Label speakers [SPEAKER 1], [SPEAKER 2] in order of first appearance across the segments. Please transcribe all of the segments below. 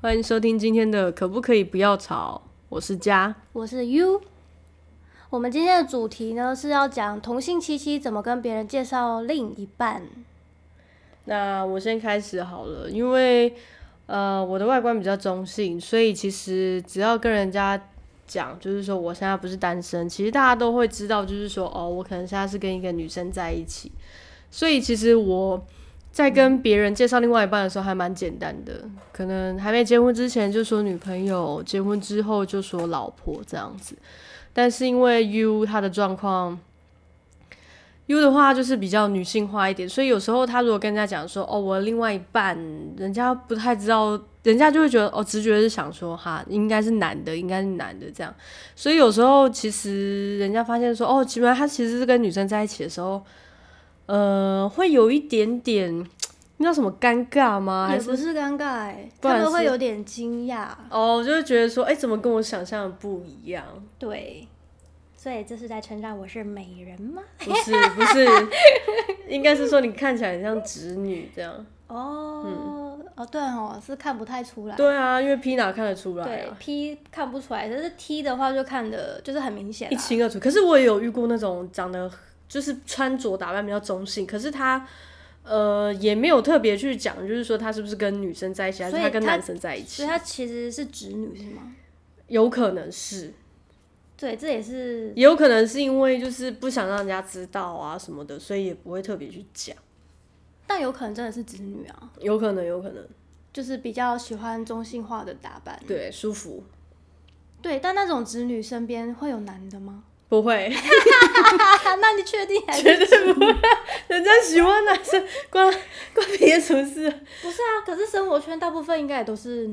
[SPEAKER 1] 欢迎收听今天的《可不可以不要吵》，我是佳。
[SPEAKER 2] 我是 U。我们今天的主题呢是要讲同性七七怎么跟别人介绍另一半。
[SPEAKER 1] 那我先开始好了，因为呃我的外观比较中性，所以其实只要跟人家讲，就是说我现在不是单身，其实大家都会知道，就是说哦，我可能现在是跟一个女生在一起。所以其实我在跟别人介绍另外一半的时候还蛮简单的，可能还没结婚之前就说女朋友，结婚之后就说老婆这样子。但是因为 U 他的状况。U 的话就是比较女性化一点，所以有时候他如果跟人家讲说哦，我另外一半，人家不太知道，人家就会觉得哦，直觉是想说哈，应该是男的，应该是男的这样。所以有时候其实人家发现说哦，原来他其实是跟女生在一起的时候，呃，会有一点点那叫什么尴尬吗？还
[SPEAKER 2] 也
[SPEAKER 1] 是
[SPEAKER 2] 不是尴尬、欸，
[SPEAKER 1] 不
[SPEAKER 2] 他
[SPEAKER 1] 然
[SPEAKER 2] 们会
[SPEAKER 1] 是
[SPEAKER 2] 有点惊讶。
[SPEAKER 1] 哦，就会觉得说哎，怎么跟我想象的不一样？
[SPEAKER 2] 对，所以这是在称赞我是美人吗？
[SPEAKER 1] 不是不是，应该是说你看起来很像直女这样。
[SPEAKER 2] 哦、哦，对哦，是看不太出来。
[SPEAKER 1] 对啊，因为 Pina 看得出来、啊。
[SPEAKER 2] 对 P 看不出来，但是 T 的话就看的就是很明显啊
[SPEAKER 1] 一
[SPEAKER 2] 啦。
[SPEAKER 1] 清二楚。可是我也有遇过那种长得就是穿着打扮比较中性，可是他呃也没有特别去讲，就是说他是不是跟女生在一起，还是
[SPEAKER 2] 所以
[SPEAKER 1] 他跟
[SPEAKER 2] 他
[SPEAKER 1] 男生在一
[SPEAKER 2] 所
[SPEAKER 1] 起，
[SPEAKER 2] 以她其实是直女是吗？
[SPEAKER 1] 有可能是，
[SPEAKER 2] 对，这也是
[SPEAKER 1] 也有可能是因为就是不想让人家知道啊什么的，所以也不会特别去讲。
[SPEAKER 2] 但有可能真的是直女啊，
[SPEAKER 1] 有可能，有可能，
[SPEAKER 2] 就是比较喜欢中性化的打扮。
[SPEAKER 1] 对，舒服
[SPEAKER 2] 对，但那种直女身边会有男的吗？
[SPEAKER 1] 不会，
[SPEAKER 2] 那你确定还是
[SPEAKER 1] 绝对不会，人家喜欢男生，关 关别的什么事啊？
[SPEAKER 2] 不是啊？可是生活圈大部分应该也都是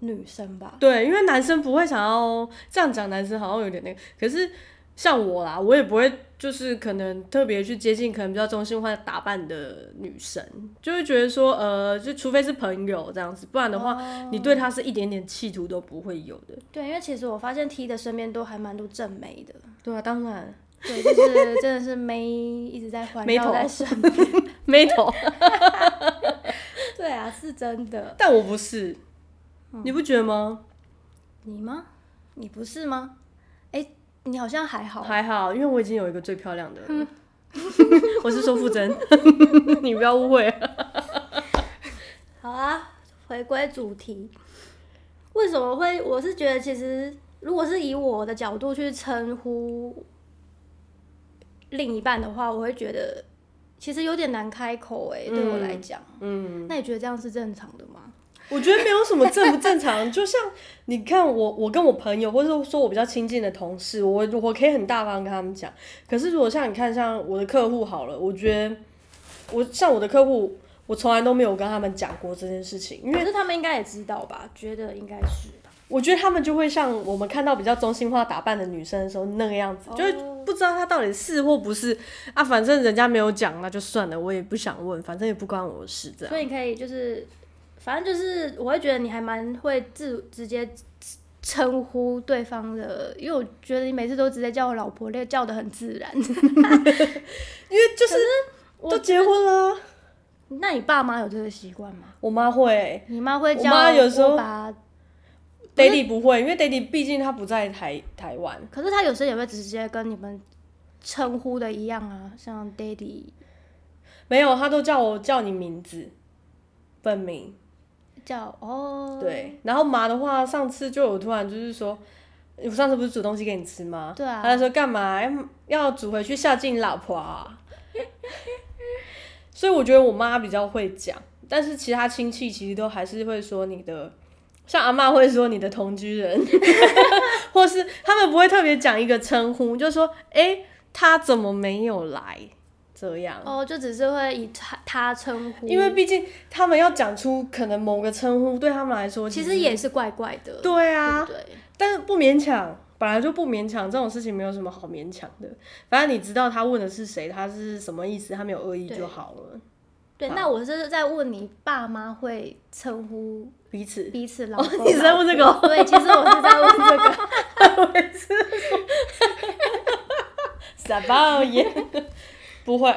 [SPEAKER 2] 女生吧？
[SPEAKER 1] 对，因为男生不会想要这样讲，男生好像有点那个。可是像我啦，我也不会就是可能特别去接近可能比较中性化打扮的女生，就会觉得说，呃，就除非是朋友这样子，不然的话，你对她是一点点企图都不会有的。
[SPEAKER 2] 对，因为其实我发现 T 的身边都还蛮多正妹的，
[SPEAKER 1] 对啊，当然
[SPEAKER 2] 对，就是真的是妹一直在环
[SPEAKER 1] 妹头
[SPEAKER 2] 绕在 身边。
[SPEAKER 1] 没头，
[SPEAKER 2] 对啊，是真的。
[SPEAKER 1] 但我不是，你不觉得吗？
[SPEAKER 2] 你吗？你不是吗？哎、你好像还好。
[SPEAKER 1] 还好，因为我已经有一个最漂亮的了。 我是说傅真， 你不要误会。
[SPEAKER 2] 好啊，回归主题，为什么会？我是觉得其实如果是以我的角度去称呼另一半的话，我会觉得其实有点难开口哎、对我来讲，
[SPEAKER 1] 嗯。
[SPEAKER 2] 那你觉得这样是正常的吗？
[SPEAKER 1] 我觉得没有什么正不正常，就像你看我，我跟我朋友，或者说我比较亲近的同事，我我可以很大方跟他们讲。可是如果像你看，像我的客户好了，我觉得我像我的客户，我从来都没有跟他们讲过这件事情，因为
[SPEAKER 2] 可是他们应该也知道吧？觉得应该是吧？
[SPEAKER 1] 我觉得他们就会像我们看到比较中性化打扮的女生的时候那个样子，就会
[SPEAKER 2] 哦
[SPEAKER 1] 不知道她到底是或不是啊。反正人家没有讲，那就算了，我也不想问，反正也不关我的事，这样
[SPEAKER 2] 所以你可以就是，反正就是，我会觉得你还蛮会自直接称呼对方的，因为我觉得你每次都直接叫我老婆，那个叫的很自然。
[SPEAKER 1] 因为就是都结婚了啊，
[SPEAKER 2] 那你爸妈有这个习惯吗？
[SPEAKER 1] 我妈会、
[SPEAKER 2] 你妈会教
[SPEAKER 1] 我妈有时候
[SPEAKER 2] 我把，
[SPEAKER 1] Daddy 不会，因为 Daddy 毕竟他不在台台湾。
[SPEAKER 2] 可是她有时候也会直接跟你们称呼的一样啊，像 daddy
[SPEAKER 1] 没有，他都叫我叫你名字，本名。
[SPEAKER 2] 叫哦，
[SPEAKER 1] 对，然后妈的话，上次就有突然就是说，我上次不是煮东西给你吃吗？
[SPEAKER 2] 对啊
[SPEAKER 1] 他就说干嘛要要煮回去孝敬老婆啊？ 所以我觉得我妈比较会讲，但是其他亲戚其实都还是会说你的，像阿嬷会说你的同居人， 或是他们不会特别讲一个称呼，就说诶，他怎么没有来这样。
[SPEAKER 2] 哦，就只是会以她她称呼，
[SPEAKER 1] 因为毕竟他们要讲出可能某个称呼，对他们来说
[SPEAKER 2] 其实也是怪怪的，
[SPEAKER 1] 对啊，
[SPEAKER 2] 对不对？
[SPEAKER 1] 但是不勉强，本来就不勉强，这种事情没有什么好勉强的。反正你知道他问的是谁，他是什么意思，他没有恶意
[SPEAKER 2] 对
[SPEAKER 1] 就好了。
[SPEAKER 2] 对，那我是在问你爸妈会称呼
[SPEAKER 1] 彼此，
[SPEAKER 2] 彼此老公、
[SPEAKER 1] 你是在问这个哦
[SPEAKER 2] 老婆对，其实我是在问这个。
[SPEAKER 1] 傻爆耶！不会，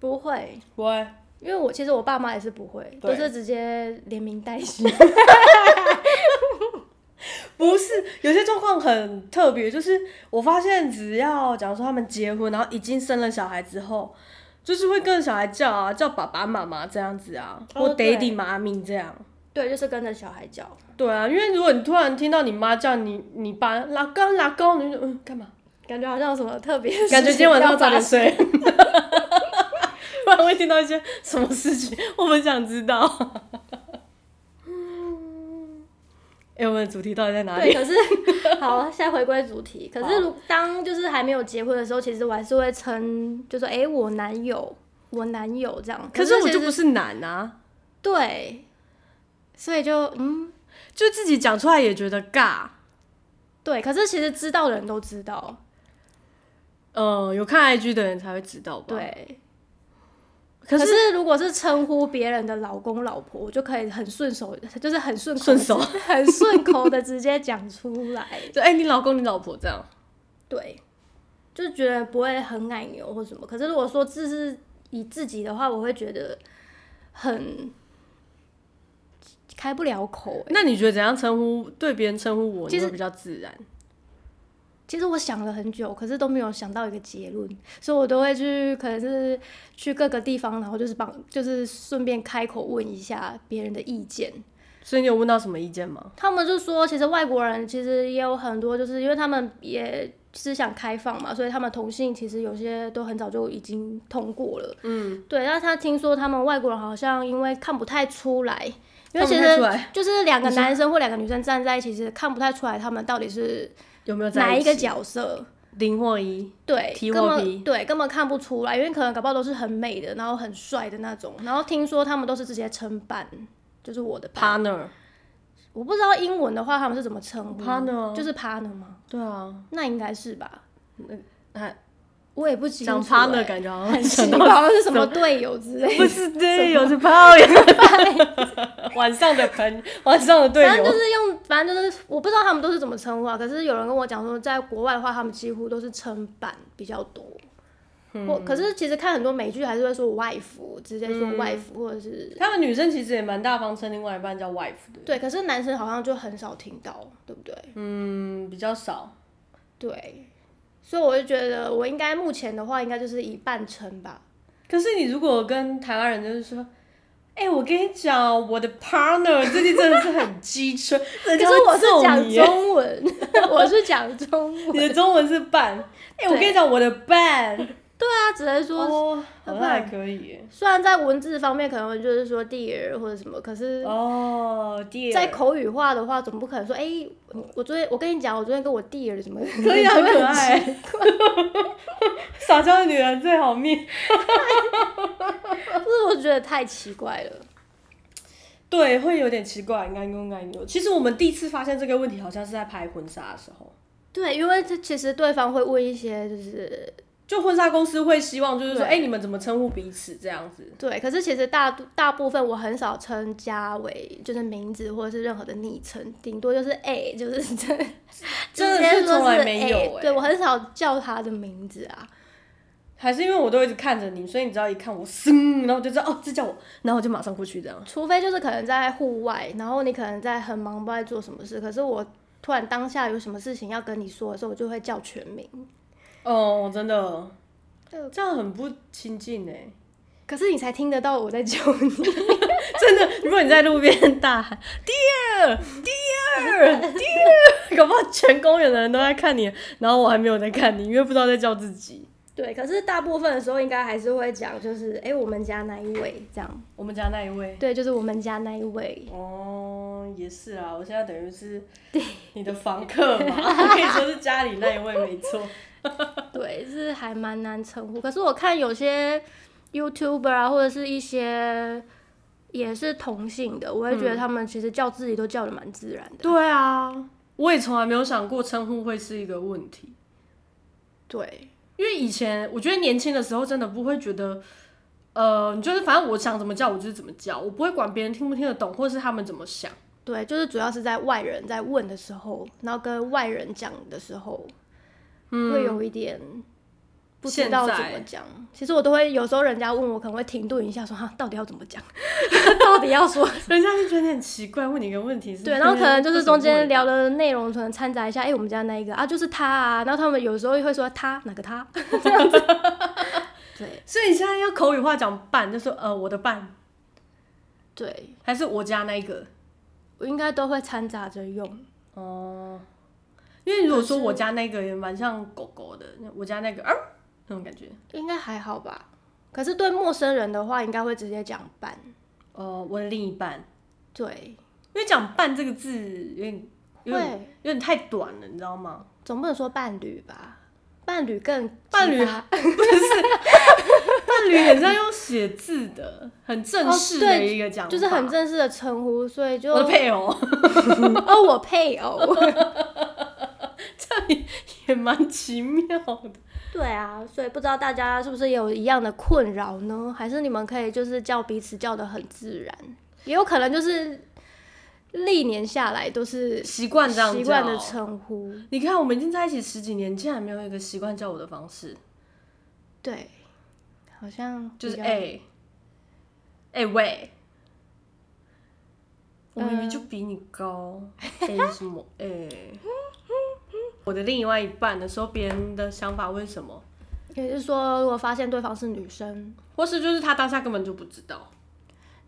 [SPEAKER 2] 不会，
[SPEAKER 1] 不会，
[SPEAKER 2] 因为我其实我爸妈也是不会，
[SPEAKER 1] 对
[SPEAKER 2] 都是直接连名带姓。
[SPEAKER 1] 不是，有些状况很特别，就是我发现只要假如说他们结婚，然后已经生了小孩之后，就是会跟小孩叫啊，叫爸爸妈妈这样子啊，
[SPEAKER 2] 哦
[SPEAKER 1] 或
[SPEAKER 2] 对
[SPEAKER 1] daddy 妈咪这样。
[SPEAKER 2] 对，就是跟着小孩叫，
[SPEAKER 1] 对啊，因为如果你突然听到你妈叫你你爸老公老公，你就嗯干嘛？
[SPEAKER 2] 感觉好像有什么特别的 事情要发生，
[SPEAKER 1] 感觉今天晚上早点睡。 不然会听到一些什么事情，我们想知道。 哎、我们的主题到底在哪
[SPEAKER 2] 对，
[SPEAKER 1] 里？
[SPEAKER 2] 可是 好，现在回归主题。可是如当就是还没有结婚的时候，其实我还是会称，就说哎、诶我男友，我男友这样。
[SPEAKER 1] 可是我
[SPEAKER 2] 其
[SPEAKER 1] 就
[SPEAKER 2] 实
[SPEAKER 1] 不是男啊，
[SPEAKER 2] 对，所以就嗯，
[SPEAKER 1] 就自己讲出来也觉得尬。
[SPEAKER 2] 对。可是其实知道的人都知道，
[SPEAKER 1] 嗯，有看 IG 的人才会知道吧？。
[SPEAKER 2] 对。
[SPEAKER 1] 可
[SPEAKER 2] 可
[SPEAKER 1] 是
[SPEAKER 2] 是如果是称呼别人的老公老婆，我就可以很顺手，就是很顺口
[SPEAKER 1] 顺手
[SPEAKER 2] 很顺口的直接讲出来。
[SPEAKER 1] 就哎、你老公、你老婆这样，
[SPEAKER 2] 对，就是觉得不会很奶牛或什么。可是如果说这是以自己的话，我会觉得很开不了口、欸。
[SPEAKER 1] 那你觉得怎样称呼对别人称呼我，
[SPEAKER 2] 其
[SPEAKER 1] 你
[SPEAKER 2] 实
[SPEAKER 1] 会比较自然？
[SPEAKER 2] 其实我想了很久，可是都没有想到一个结论，所以我都会去，可能是去各个地方，然后就是帮，就是顺便开口问一下别人的意见。
[SPEAKER 1] 所以你有问到什么意见吗？
[SPEAKER 2] 他们就说，其实外国人其实也有很多，就是因为他们也思想开放嘛，所以他们同性其实有些都很早就已经通过了。嗯，对。但是他听说他们外国人好像因为看不太出来，因为其
[SPEAKER 1] 看不太
[SPEAKER 2] 实
[SPEAKER 1] 出来
[SPEAKER 2] 就是两个男生或两个女生站在一起，其实看不太出来他们到底是
[SPEAKER 1] 有没有在
[SPEAKER 2] 哪一
[SPEAKER 1] 起
[SPEAKER 2] 个角色。
[SPEAKER 1] 零或一？
[SPEAKER 2] 对，
[SPEAKER 1] 提
[SPEAKER 2] 根
[SPEAKER 1] 我
[SPEAKER 2] 本
[SPEAKER 1] 皮
[SPEAKER 2] 对根本看不出来，因为可能搞不好都是很美的，然后很帅的那种。然后听说他们都是直接称伴，就是我的伴。
[SPEAKER 1] partner？
[SPEAKER 2] 我不知道英文的话他们是怎么称呼
[SPEAKER 1] partner 啊
[SPEAKER 2] 就是 partner 吗？
[SPEAKER 1] 对啊，
[SPEAKER 2] 那应该是吧，
[SPEAKER 1] 还
[SPEAKER 2] 我也不清楚、欸。
[SPEAKER 1] 讲 partner 感觉好像
[SPEAKER 2] 很奇
[SPEAKER 1] 想
[SPEAKER 2] 怪，
[SPEAKER 1] 到
[SPEAKER 2] 好像是什么队友之类
[SPEAKER 1] 不
[SPEAKER 2] 的。
[SPEAKER 1] 是队友是炮友， 晚上的朋晚上的队
[SPEAKER 2] 反正就
[SPEAKER 1] 友，
[SPEAKER 2] 是用，反正就是我不知道他们都是怎么称呼啊。可是有人跟我讲说，在国外的话，他们几乎都是称伴比较多。
[SPEAKER 1] 嗯
[SPEAKER 2] 我可是其实看很多美剧还是会说 wife，直接
[SPEAKER 1] 嗯
[SPEAKER 2] 说 wife、或者是
[SPEAKER 1] 他们女生其实也蛮大方，称另外一半叫 wife 的，
[SPEAKER 2] 对，可是男生好像就很少听到，对不对？
[SPEAKER 1] 嗯，比较少。
[SPEAKER 2] 对，所以我就觉得我应该目前的话，应该就是以半成吧。
[SPEAKER 1] 可是你如果跟台湾人就是说，哎、我跟你讲，我的 partner 最近真的是很机车，
[SPEAKER 2] 可
[SPEAKER 1] 可
[SPEAKER 2] 是我是讲中文， 我是讲中文。
[SPEAKER 1] 你的中文是伴，哎、我跟你讲，我的伴，
[SPEAKER 2] 对啊，只能说、
[SPEAKER 1] 哦，
[SPEAKER 2] 那
[SPEAKER 1] 好
[SPEAKER 2] 不
[SPEAKER 1] 像
[SPEAKER 2] 然
[SPEAKER 1] 还可以耶，
[SPEAKER 2] 虽然在文字方面可能就是说 dear 或者什么，可是
[SPEAKER 1] 哦，dear，
[SPEAKER 2] 在口语化的话，总不可能说，哎、我我昨天我跟你讲，我昨天跟我 dear 什么，
[SPEAKER 1] 可以啊，
[SPEAKER 2] 就
[SPEAKER 1] 很
[SPEAKER 2] 会
[SPEAKER 1] 可爱
[SPEAKER 2] 奇，
[SPEAKER 1] 撒娇的女人最好命。
[SPEAKER 2] 不是我觉得太奇怪了。
[SPEAKER 1] 对，会有点奇怪，安妞安妞。其实我们第一次发现这个问题，好像是在拍婚纱的时候，
[SPEAKER 2] 对，因为这其实对方会问一些就是
[SPEAKER 1] 就婚纱公司会希望就是说，
[SPEAKER 2] 对
[SPEAKER 1] 哎、你们怎么称呼彼此这样子？
[SPEAKER 2] 对，可是其实大大部分我很少称家为就是名字或者是任何的昵称，顶多就是 A，就是这，
[SPEAKER 1] 真的
[SPEAKER 2] 直接
[SPEAKER 1] 是
[SPEAKER 2] 说
[SPEAKER 1] 从来
[SPEAKER 2] 是
[SPEAKER 1] 没有
[SPEAKER 2] A，
[SPEAKER 1] 欸
[SPEAKER 2] 对我很少叫他的名字啊。
[SPEAKER 1] 还是因为我都一直看着你，所以你只要一看我，噌，然后我就知道哦，这叫我，然后我就马上过去这样。
[SPEAKER 2] 除非就是可能在户外，然后你可能在很忙不知道在做什么事，可是我突然当下有什么事情要跟你说的时候，我就会叫全名。
[SPEAKER 1] 哦，真的
[SPEAKER 2] 对，
[SPEAKER 1] 这样很不亲近哎。
[SPEAKER 2] 可是你才听得到我在叫你，
[SPEAKER 1] 真的，如果你在路边大喊 “dear dear dear”，搞不好全公园的人都在看你，然后我还没有在看你，因为不知道在叫自己。
[SPEAKER 2] 对，可是大部分的时候应该还是会讲，就是哎、诶我们家那一位这样，
[SPEAKER 1] 我们家那一位。
[SPEAKER 2] 对，就是我们家那一位，
[SPEAKER 1] 哦，也是啊，我现在等于是你的房客嘛，我可以说是家里那一位没错。
[SPEAKER 2] 对，是还蛮难称呼。可是我看有些 YouTuber 啊，或者是一些也是同性的，我会觉得他们其实叫自己都叫的蛮自然的。
[SPEAKER 1] 对啊，我也从来没有想过称呼会是一个问题，
[SPEAKER 2] 对
[SPEAKER 1] 因为以前我觉得年轻的时候真的不会觉得。呃，你就是反正我想怎么叫我就是怎么叫，我不会管别人听不听得懂，或是他们怎么想。
[SPEAKER 2] 对，就是主要是在外人在问的时候，然后跟外人讲的时候，会有一点不知道
[SPEAKER 3] 嗯现
[SPEAKER 2] 怎
[SPEAKER 3] 在
[SPEAKER 2] 么讲。其实我都会有时候人家问我，可能会停顿一下说哈，到底要怎么讲， 到底要说
[SPEAKER 1] 人家就觉得你很奇怪，问你一个问题是
[SPEAKER 2] 对，然后可能就是中间聊
[SPEAKER 1] 的，
[SPEAKER 2] 的内容可能掺杂一下，哎、我们家那一个啊，就是他啊，然后他们有时候会说他哪个他 这样子，对
[SPEAKER 1] 所以你现在要口语化讲伴，就说呃我的伴，
[SPEAKER 2] 对，
[SPEAKER 1] 还是我家那一个
[SPEAKER 2] 我应该都会掺杂着用，
[SPEAKER 1] 哦、因为如果说我家那个也蛮像狗狗的，我家那个啊那种感觉。
[SPEAKER 2] 应该还好吧。可是对陌生人的话，应该会直接讲伴，
[SPEAKER 1] 哦，我的另一半，
[SPEAKER 2] 对，
[SPEAKER 1] 因为讲伴这个字有点有点
[SPEAKER 2] 会
[SPEAKER 1] 有点太短了，你知道吗？
[SPEAKER 2] 总不能说伴侣吧？伴侣更
[SPEAKER 1] 伴侣
[SPEAKER 2] 鸡 巴
[SPEAKER 1] 伴侣也是要用写字的，很正
[SPEAKER 2] 哦
[SPEAKER 1] 式的
[SPEAKER 2] 对
[SPEAKER 1] 一个讲法、
[SPEAKER 2] 就是很正式的称呼，所以就
[SPEAKER 1] 我的配偶
[SPEAKER 2] 哦，我配偶。
[SPEAKER 1] 也蛮奇妙的。
[SPEAKER 2] 对啊，所以不知道大家是不是也有一样的困扰呢？还是你们可以就是叫彼此叫的很自然，也有可能就是历年下来都是
[SPEAKER 1] 习惯这样哦
[SPEAKER 2] 习惯
[SPEAKER 1] 叫
[SPEAKER 2] 的称呼。
[SPEAKER 1] 你看，我们已经在一起十几年，竟然没有一个习惯叫我的方式，
[SPEAKER 2] 对，好像比
[SPEAKER 1] 就是
[SPEAKER 2] 较
[SPEAKER 1] 哎哎、喂，我明
[SPEAKER 2] 嗯
[SPEAKER 1] 明就比你高，哎、 什么哎？我的另外一半的时候，别人的想法为什么？
[SPEAKER 2] 也就是说，如果发现对方是女生，
[SPEAKER 1] 或是就是他当下根本就不知道，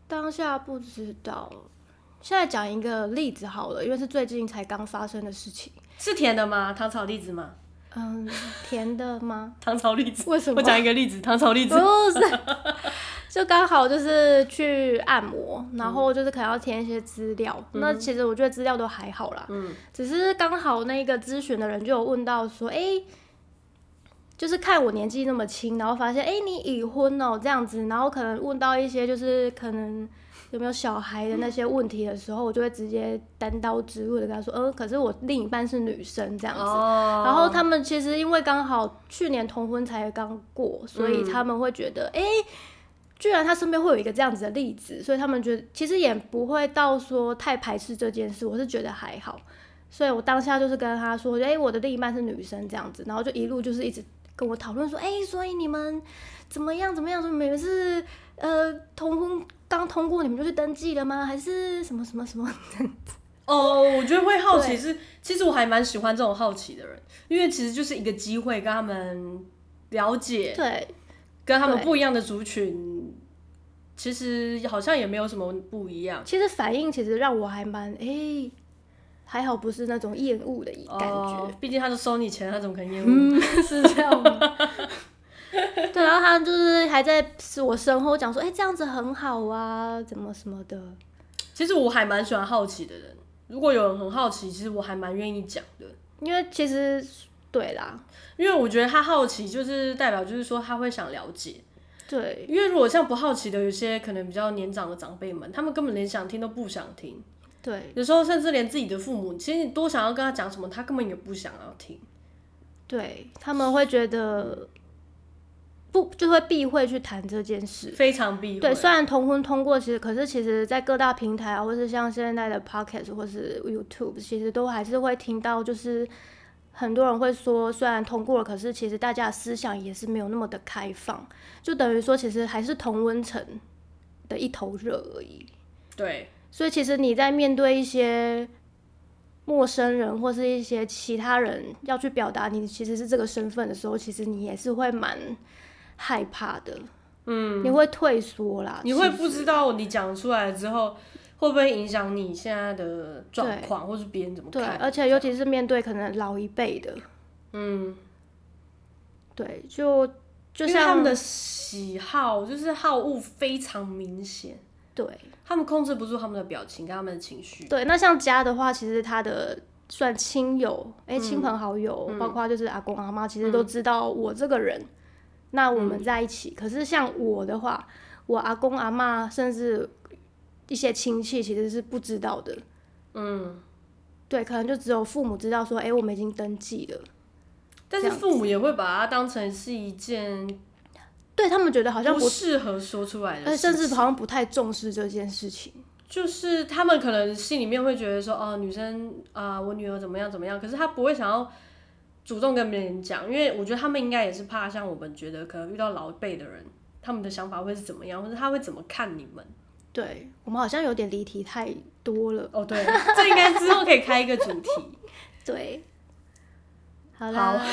[SPEAKER 2] 当下不知道。现在讲一个例子好了，因为是最近才刚发生的事情。
[SPEAKER 1] 是甜的吗？糖炒栗子吗？
[SPEAKER 2] 嗯，甜的吗？
[SPEAKER 1] 糖炒栗子？
[SPEAKER 2] 为什么嗯
[SPEAKER 1] 我讲一个例子，糖炒栗子。
[SPEAKER 2] 不是，就刚好就是去按摩，然后就是可能要填一些资料。那其实我觉得资料都还好啦，
[SPEAKER 1] 嗯
[SPEAKER 2] 只是刚好那个咨询的人就有问到说，哎、就是看我年纪那么轻，然后发现，哎、你已婚哦、这样子，然后可能问到一些就是可能有没有小孩的那些问题的时候，我就会直接单刀直入的跟他说，嗯，可是我另一半是女生这样子，
[SPEAKER 1] 哦
[SPEAKER 2] 然后他们其实因为刚好去年同婚才刚过，所以他们会觉得，哎、居然他身边会有一个这样子的例子，所以他们觉得其实也不会到说太排斥这件事，我是觉得还好。所以我当下就是跟他说，哎、我的另一半是女生这样子，然后就一路就是一直跟我讨论说，哎、所以你们怎么样怎么样，说你们是呃同婚刚通过，你们就去登记了吗？还是什么什么什么？
[SPEAKER 1] 哦，我觉得会好奇
[SPEAKER 2] 对
[SPEAKER 1] 是，其实我还蛮喜欢这种好奇的人，因为其实就是一个机会跟他们了解，
[SPEAKER 2] 对，
[SPEAKER 1] 跟他们
[SPEAKER 2] 对
[SPEAKER 1] 不一样的族群，其实好像也没有什么不一样。
[SPEAKER 2] 其实反应其实让我还蛮诶，还好不是那种厌恶的感
[SPEAKER 1] 哦
[SPEAKER 2] 觉，
[SPEAKER 1] 毕竟他就收你钱，他怎么 可能厌恶？
[SPEAKER 2] 嗯，是这样吗？ 对，然后他就是还在我身后讲说，哎、这样子很好啊，怎么什么的，
[SPEAKER 1] 其实我还蛮喜欢好奇的人，如果有人很好奇，其实我还蛮愿意讲的。
[SPEAKER 2] 因为其实对啦，
[SPEAKER 1] 因为我觉得他好奇，就是代表就是说他会想了解。
[SPEAKER 2] 对
[SPEAKER 1] 因为如果像不好奇的，有些可能比较年长的长辈们，他们根本连想听都不想听，
[SPEAKER 2] 对
[SPEAKER 1] 有时候甚至连自己的父母，其实你多想要跟他讲什么，他根本也不想要听。
[SPEAKER 2] 对，他们会觉得不就会避讳去谈这件事，
[SPEAKER 1] 非常避讳。
[SPEAKER 2] 对，虽然同婚通过，其实可是其实，在各大平台啊，或是像现在的 Podcast 或是 YouTube，其实都还是会听到，就是很多人会说，虽然通过了，可是其实大家的思想也是没有那么的开放，就等于说，其实还是同温层的一头热而已。
[SPEAKER 1] 对
[SPEAKER 2] 所以其实你在面对一些陌生人或是一些其他人要去表达你其实是这个身份的时候，其实你也是会蛮害怕的。嗯，你会退缩啦，
[SPEAKER 1] 你会
[SPEAKER 2] 啊其实
[SPEAKER 1] 不知道你讲出来之后，会不会影响你现在的状况，或是别人怎么
[SPEAKER 2] 对，
[SPEAKER 1] 看？
[SPEAKER 2] 而且尤其是面对可能老一辈的，
[SPEAKER 1] 嗯，
[SPEAKER 2] 对，就就
[SPEAKER 1] 因为他
[SPEAKER 2] 像
[SPEAKER 1] 们的喜好就是好恶非常明显，
[SPEAKER 2] 对
[SPEAKER 1] 他们控制不住他们的表情跟他们的情绪。
[SPEAKER 2] 对，那像家的话，其实他的算亲友，哎、亲朋好友，包括就是阿公阿妈，其实都知道我这个人，那我们在一起。可是像我的话，我阿公阿妈甚至一些亲戚其实是不知道的，
[SPEAKER 1] 嗯，
[SPEAKER 2] 对，可能就只有父母知道说，哎、我们已经登记了。
[SPEAKER 1] 但是
[SPEAKER 2] 这样
[SPEAKER 1] 父母也会把它当成是一件
[SPEAKER 2] 对他们觉得好像
[SPEAKER 1] 不
[SPEAKER 2] 不，
[SPEAKER 1] 适合说出来
[SPEAKER 2] 呃，
[SPEAKER 1] 的
[SPEAKER 2] 甚
[SPEAKER 1] 事
[SPEAKER 2] 至
[SPEAKER 1] 情，
[SPEAKER 2] 好像不太重视这件事情。
[SPEAKER 1] 就是他们可能心里面会觉得说，哦，女生啊、我女儿怎么样怎么样，可是他不会想要主动跟别人讲，因为我觉得他们应该也是怕像我们觉得可能遇到老一辈的人，他们的想法会是怎么样，或者他会怎么看你们。
[SPEAKER 2] 对我们好像有点离题太多了。
[SPEAKER 1] 哦，对，这应该之后可以开一个主题。
[SPEAKER 2] 对，好啦，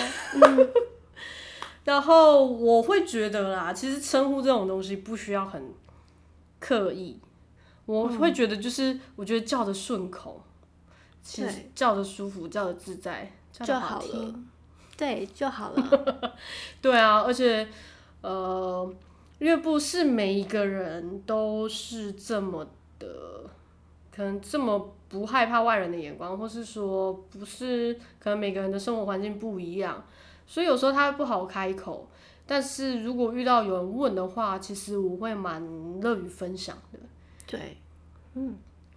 [SPEAKER 1] 然后我会觉得啦，其实称呼这种东西不需要很刻意，我会觉得就是、我觉得叫的顺口，其实叫的舒服，叫的自在，叫
[SPEAKER 2] 就
[SPEAKER 1] 的
[SPEAKER 2] 好
[SPEAKER 1] 听。
[SPEAKER 2] 了，对，就好了。
[SPEAKER 1] 对啊，而且呃，乐部是每一个人都是这么的，可能这么不害怕外人的眼光，或是说不是可能每个人的生活环境不一样，所以有时候他不好开口。但是如果遇到有人问的话，其实我会蛮乐于分享的。
[SPEAKER 2] 对，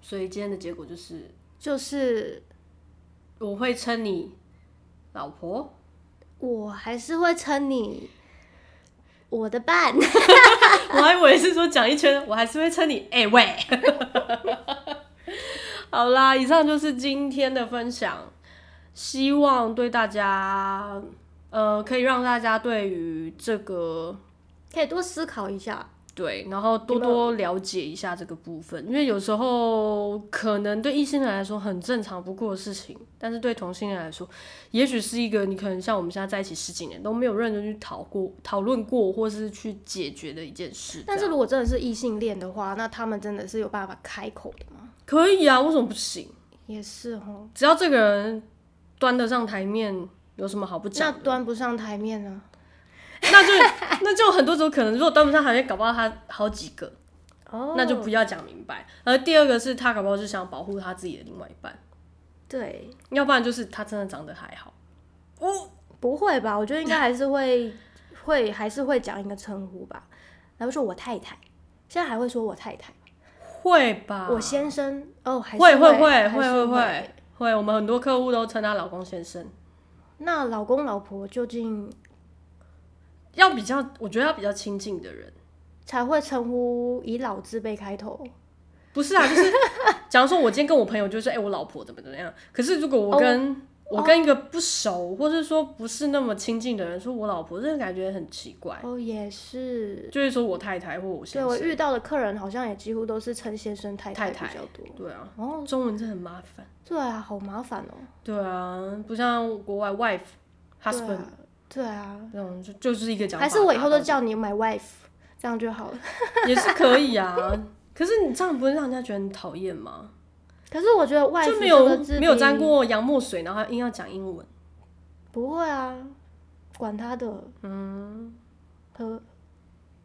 [SPEAKER 1] 所以今天的结果就是，
[SPEAKER 2] 就是
[SPEAKER 1] 我会称你老婆，
[SPEAKER 2] 我还是会称你我的伴。
[SPEAKER 1] 我还以为是说讲一圈，我还是会称你哎、喂。好啦，以上就是今天的分享，希望对大家，呃，可以让大家对于这个
[SPEAKER 2] 可以多思考一下。
[SPEAKER 1] 对，然后多多了解一下这个部分，因为有时候可能对异性人来说很正常不过的事情，但是对同性人来说，也许是一个你可能像我们现在在一起十几年都没有认真去讨过、讨论过，或是去解决的一件事。
[SPEAKER 2] 但是如果真的是异性恋的话，那他们真的是有办法开口的吗？
[SPEAKER 1] 可以啊，为什么不行？
[SPEAKER 2] 也是哦。
[SPEAKER 1] 只要这个人端得上台面，有什么好不
[SPEAKER 2] 那
[SPEAKER 1] 讲？
[SPEAKER 2] 端不上台面呢？
[SPEAKER 1] 那就 那就很多种可能，如果端不上台面，搞不好他好几个，
[SPEAKER 2] 哦
[SPEAKER 1] 那就不要讲明白。而第二个是他搞不好是想保护他自己的另外一半，
[SPEAKER 2] 对，
[SPEAKER 1] 要不然就是他真的长得还好。
[SPEAKER 2] 不会吧？我觉得应该还是会会还是会讲一个称呼吧，然后说我太太，现在还会说我太太，
[SPEAKER 1] 会吧？
[SPEAKER 2] 我先生哦，还是
[SPEAKER 1] 会
[SPEAKER 2] 啊会
[SPEAKER 1] 会
[SPEAKER 2] 还是
[SPEAKER 1] 会
[SPEAKER 2] 会
[SPEAKER 1] 会。会，我们很多客户都称她老公先生，
[SPEAKER 2] 那老公老婆究竟
[SPEAKER 1] 要比较，我觉得要比较亲近的人，
[SPEAKER 2] 才会称呼以老字辈开头？
[SPEAKER 1] 不是啊，就是假如说我今天跟我朋友就是哎、我老婆怎么怎么样，可是如果我
[SPEAKER 2] 哦
[SPEAKER 1] 跟、我跟一个不熟或是说不是那么亲近的人说我老婆，这个感觉很奇怪，
[SPEAKER 2] 哦，也是。
[SPEAKER 1] 就会说我太太或我先
[SPEAKER 2] 对我
[SPEAKER 1] 生。
[SPEAKER 2] 遇到的客人好像也几乎都是称先生太
[SPEAKER 1] 太
[SPEAKER 2] 太
[SPEAKER 1] 太
[SPEAKER 2] 比较多。
[SPEAKER 1] 对啊，
[SPEAKER 2] 哦，
[SPEAKER 1] 中文真的很麻烦。
[SPEAKER 2] 对啊，好麻烦哦。
[SPEAKER 1] 对啊，不像国外 wife、
[SPEAKER 2] 对
[SPEAKER 1] husband
[SPEAKER 2] 啊，对啊，
[SPEAKER 1] 那种就就是一个讲法。
[SPEAKER 2] 还是我以后都
[SPEAKER 1] 打
[SPEAKER 2] 叫你 my wife，这样就好了。
[SPEAKER 1] 到底也是可以啊。可是你这样不会让人家觉得很讨厌吗？
[SPEAKER 2] 可是我觉得 wife
[SPEAKER 1] 就没
[SPEAKER 2] 这
[SPEAKER 1] 有
[SPEAKER 2] 个字
[SPEAKER 1] 没有
[SPEAKER 2] 比
[SPEAKER 1] 沾，过洋墨水，然后硬要讲英文。
[SPEAKER 2] 不会啊，管他的，嗯，和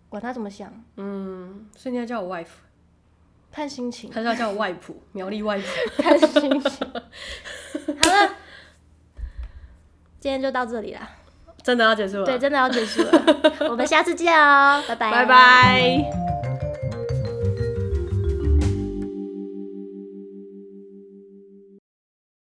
[SPEAKER 2] 管他怎么想，
[SPEAKER 1] 嗯，所以你要叫我 wife，
[SPEAKER 2] 看心情，
[SPEAKER 1] 还是要叫我外婆？苗栗外婆。
[SPEAKER 2] 看心情。好了，今天就到这里啦。
[SPEAKER 1] 真的要结束了，
[SPEAKER 2] 对，真的要结束了，我们下次见哦，拜拜，
[SPEAKER 1] 拜。拜。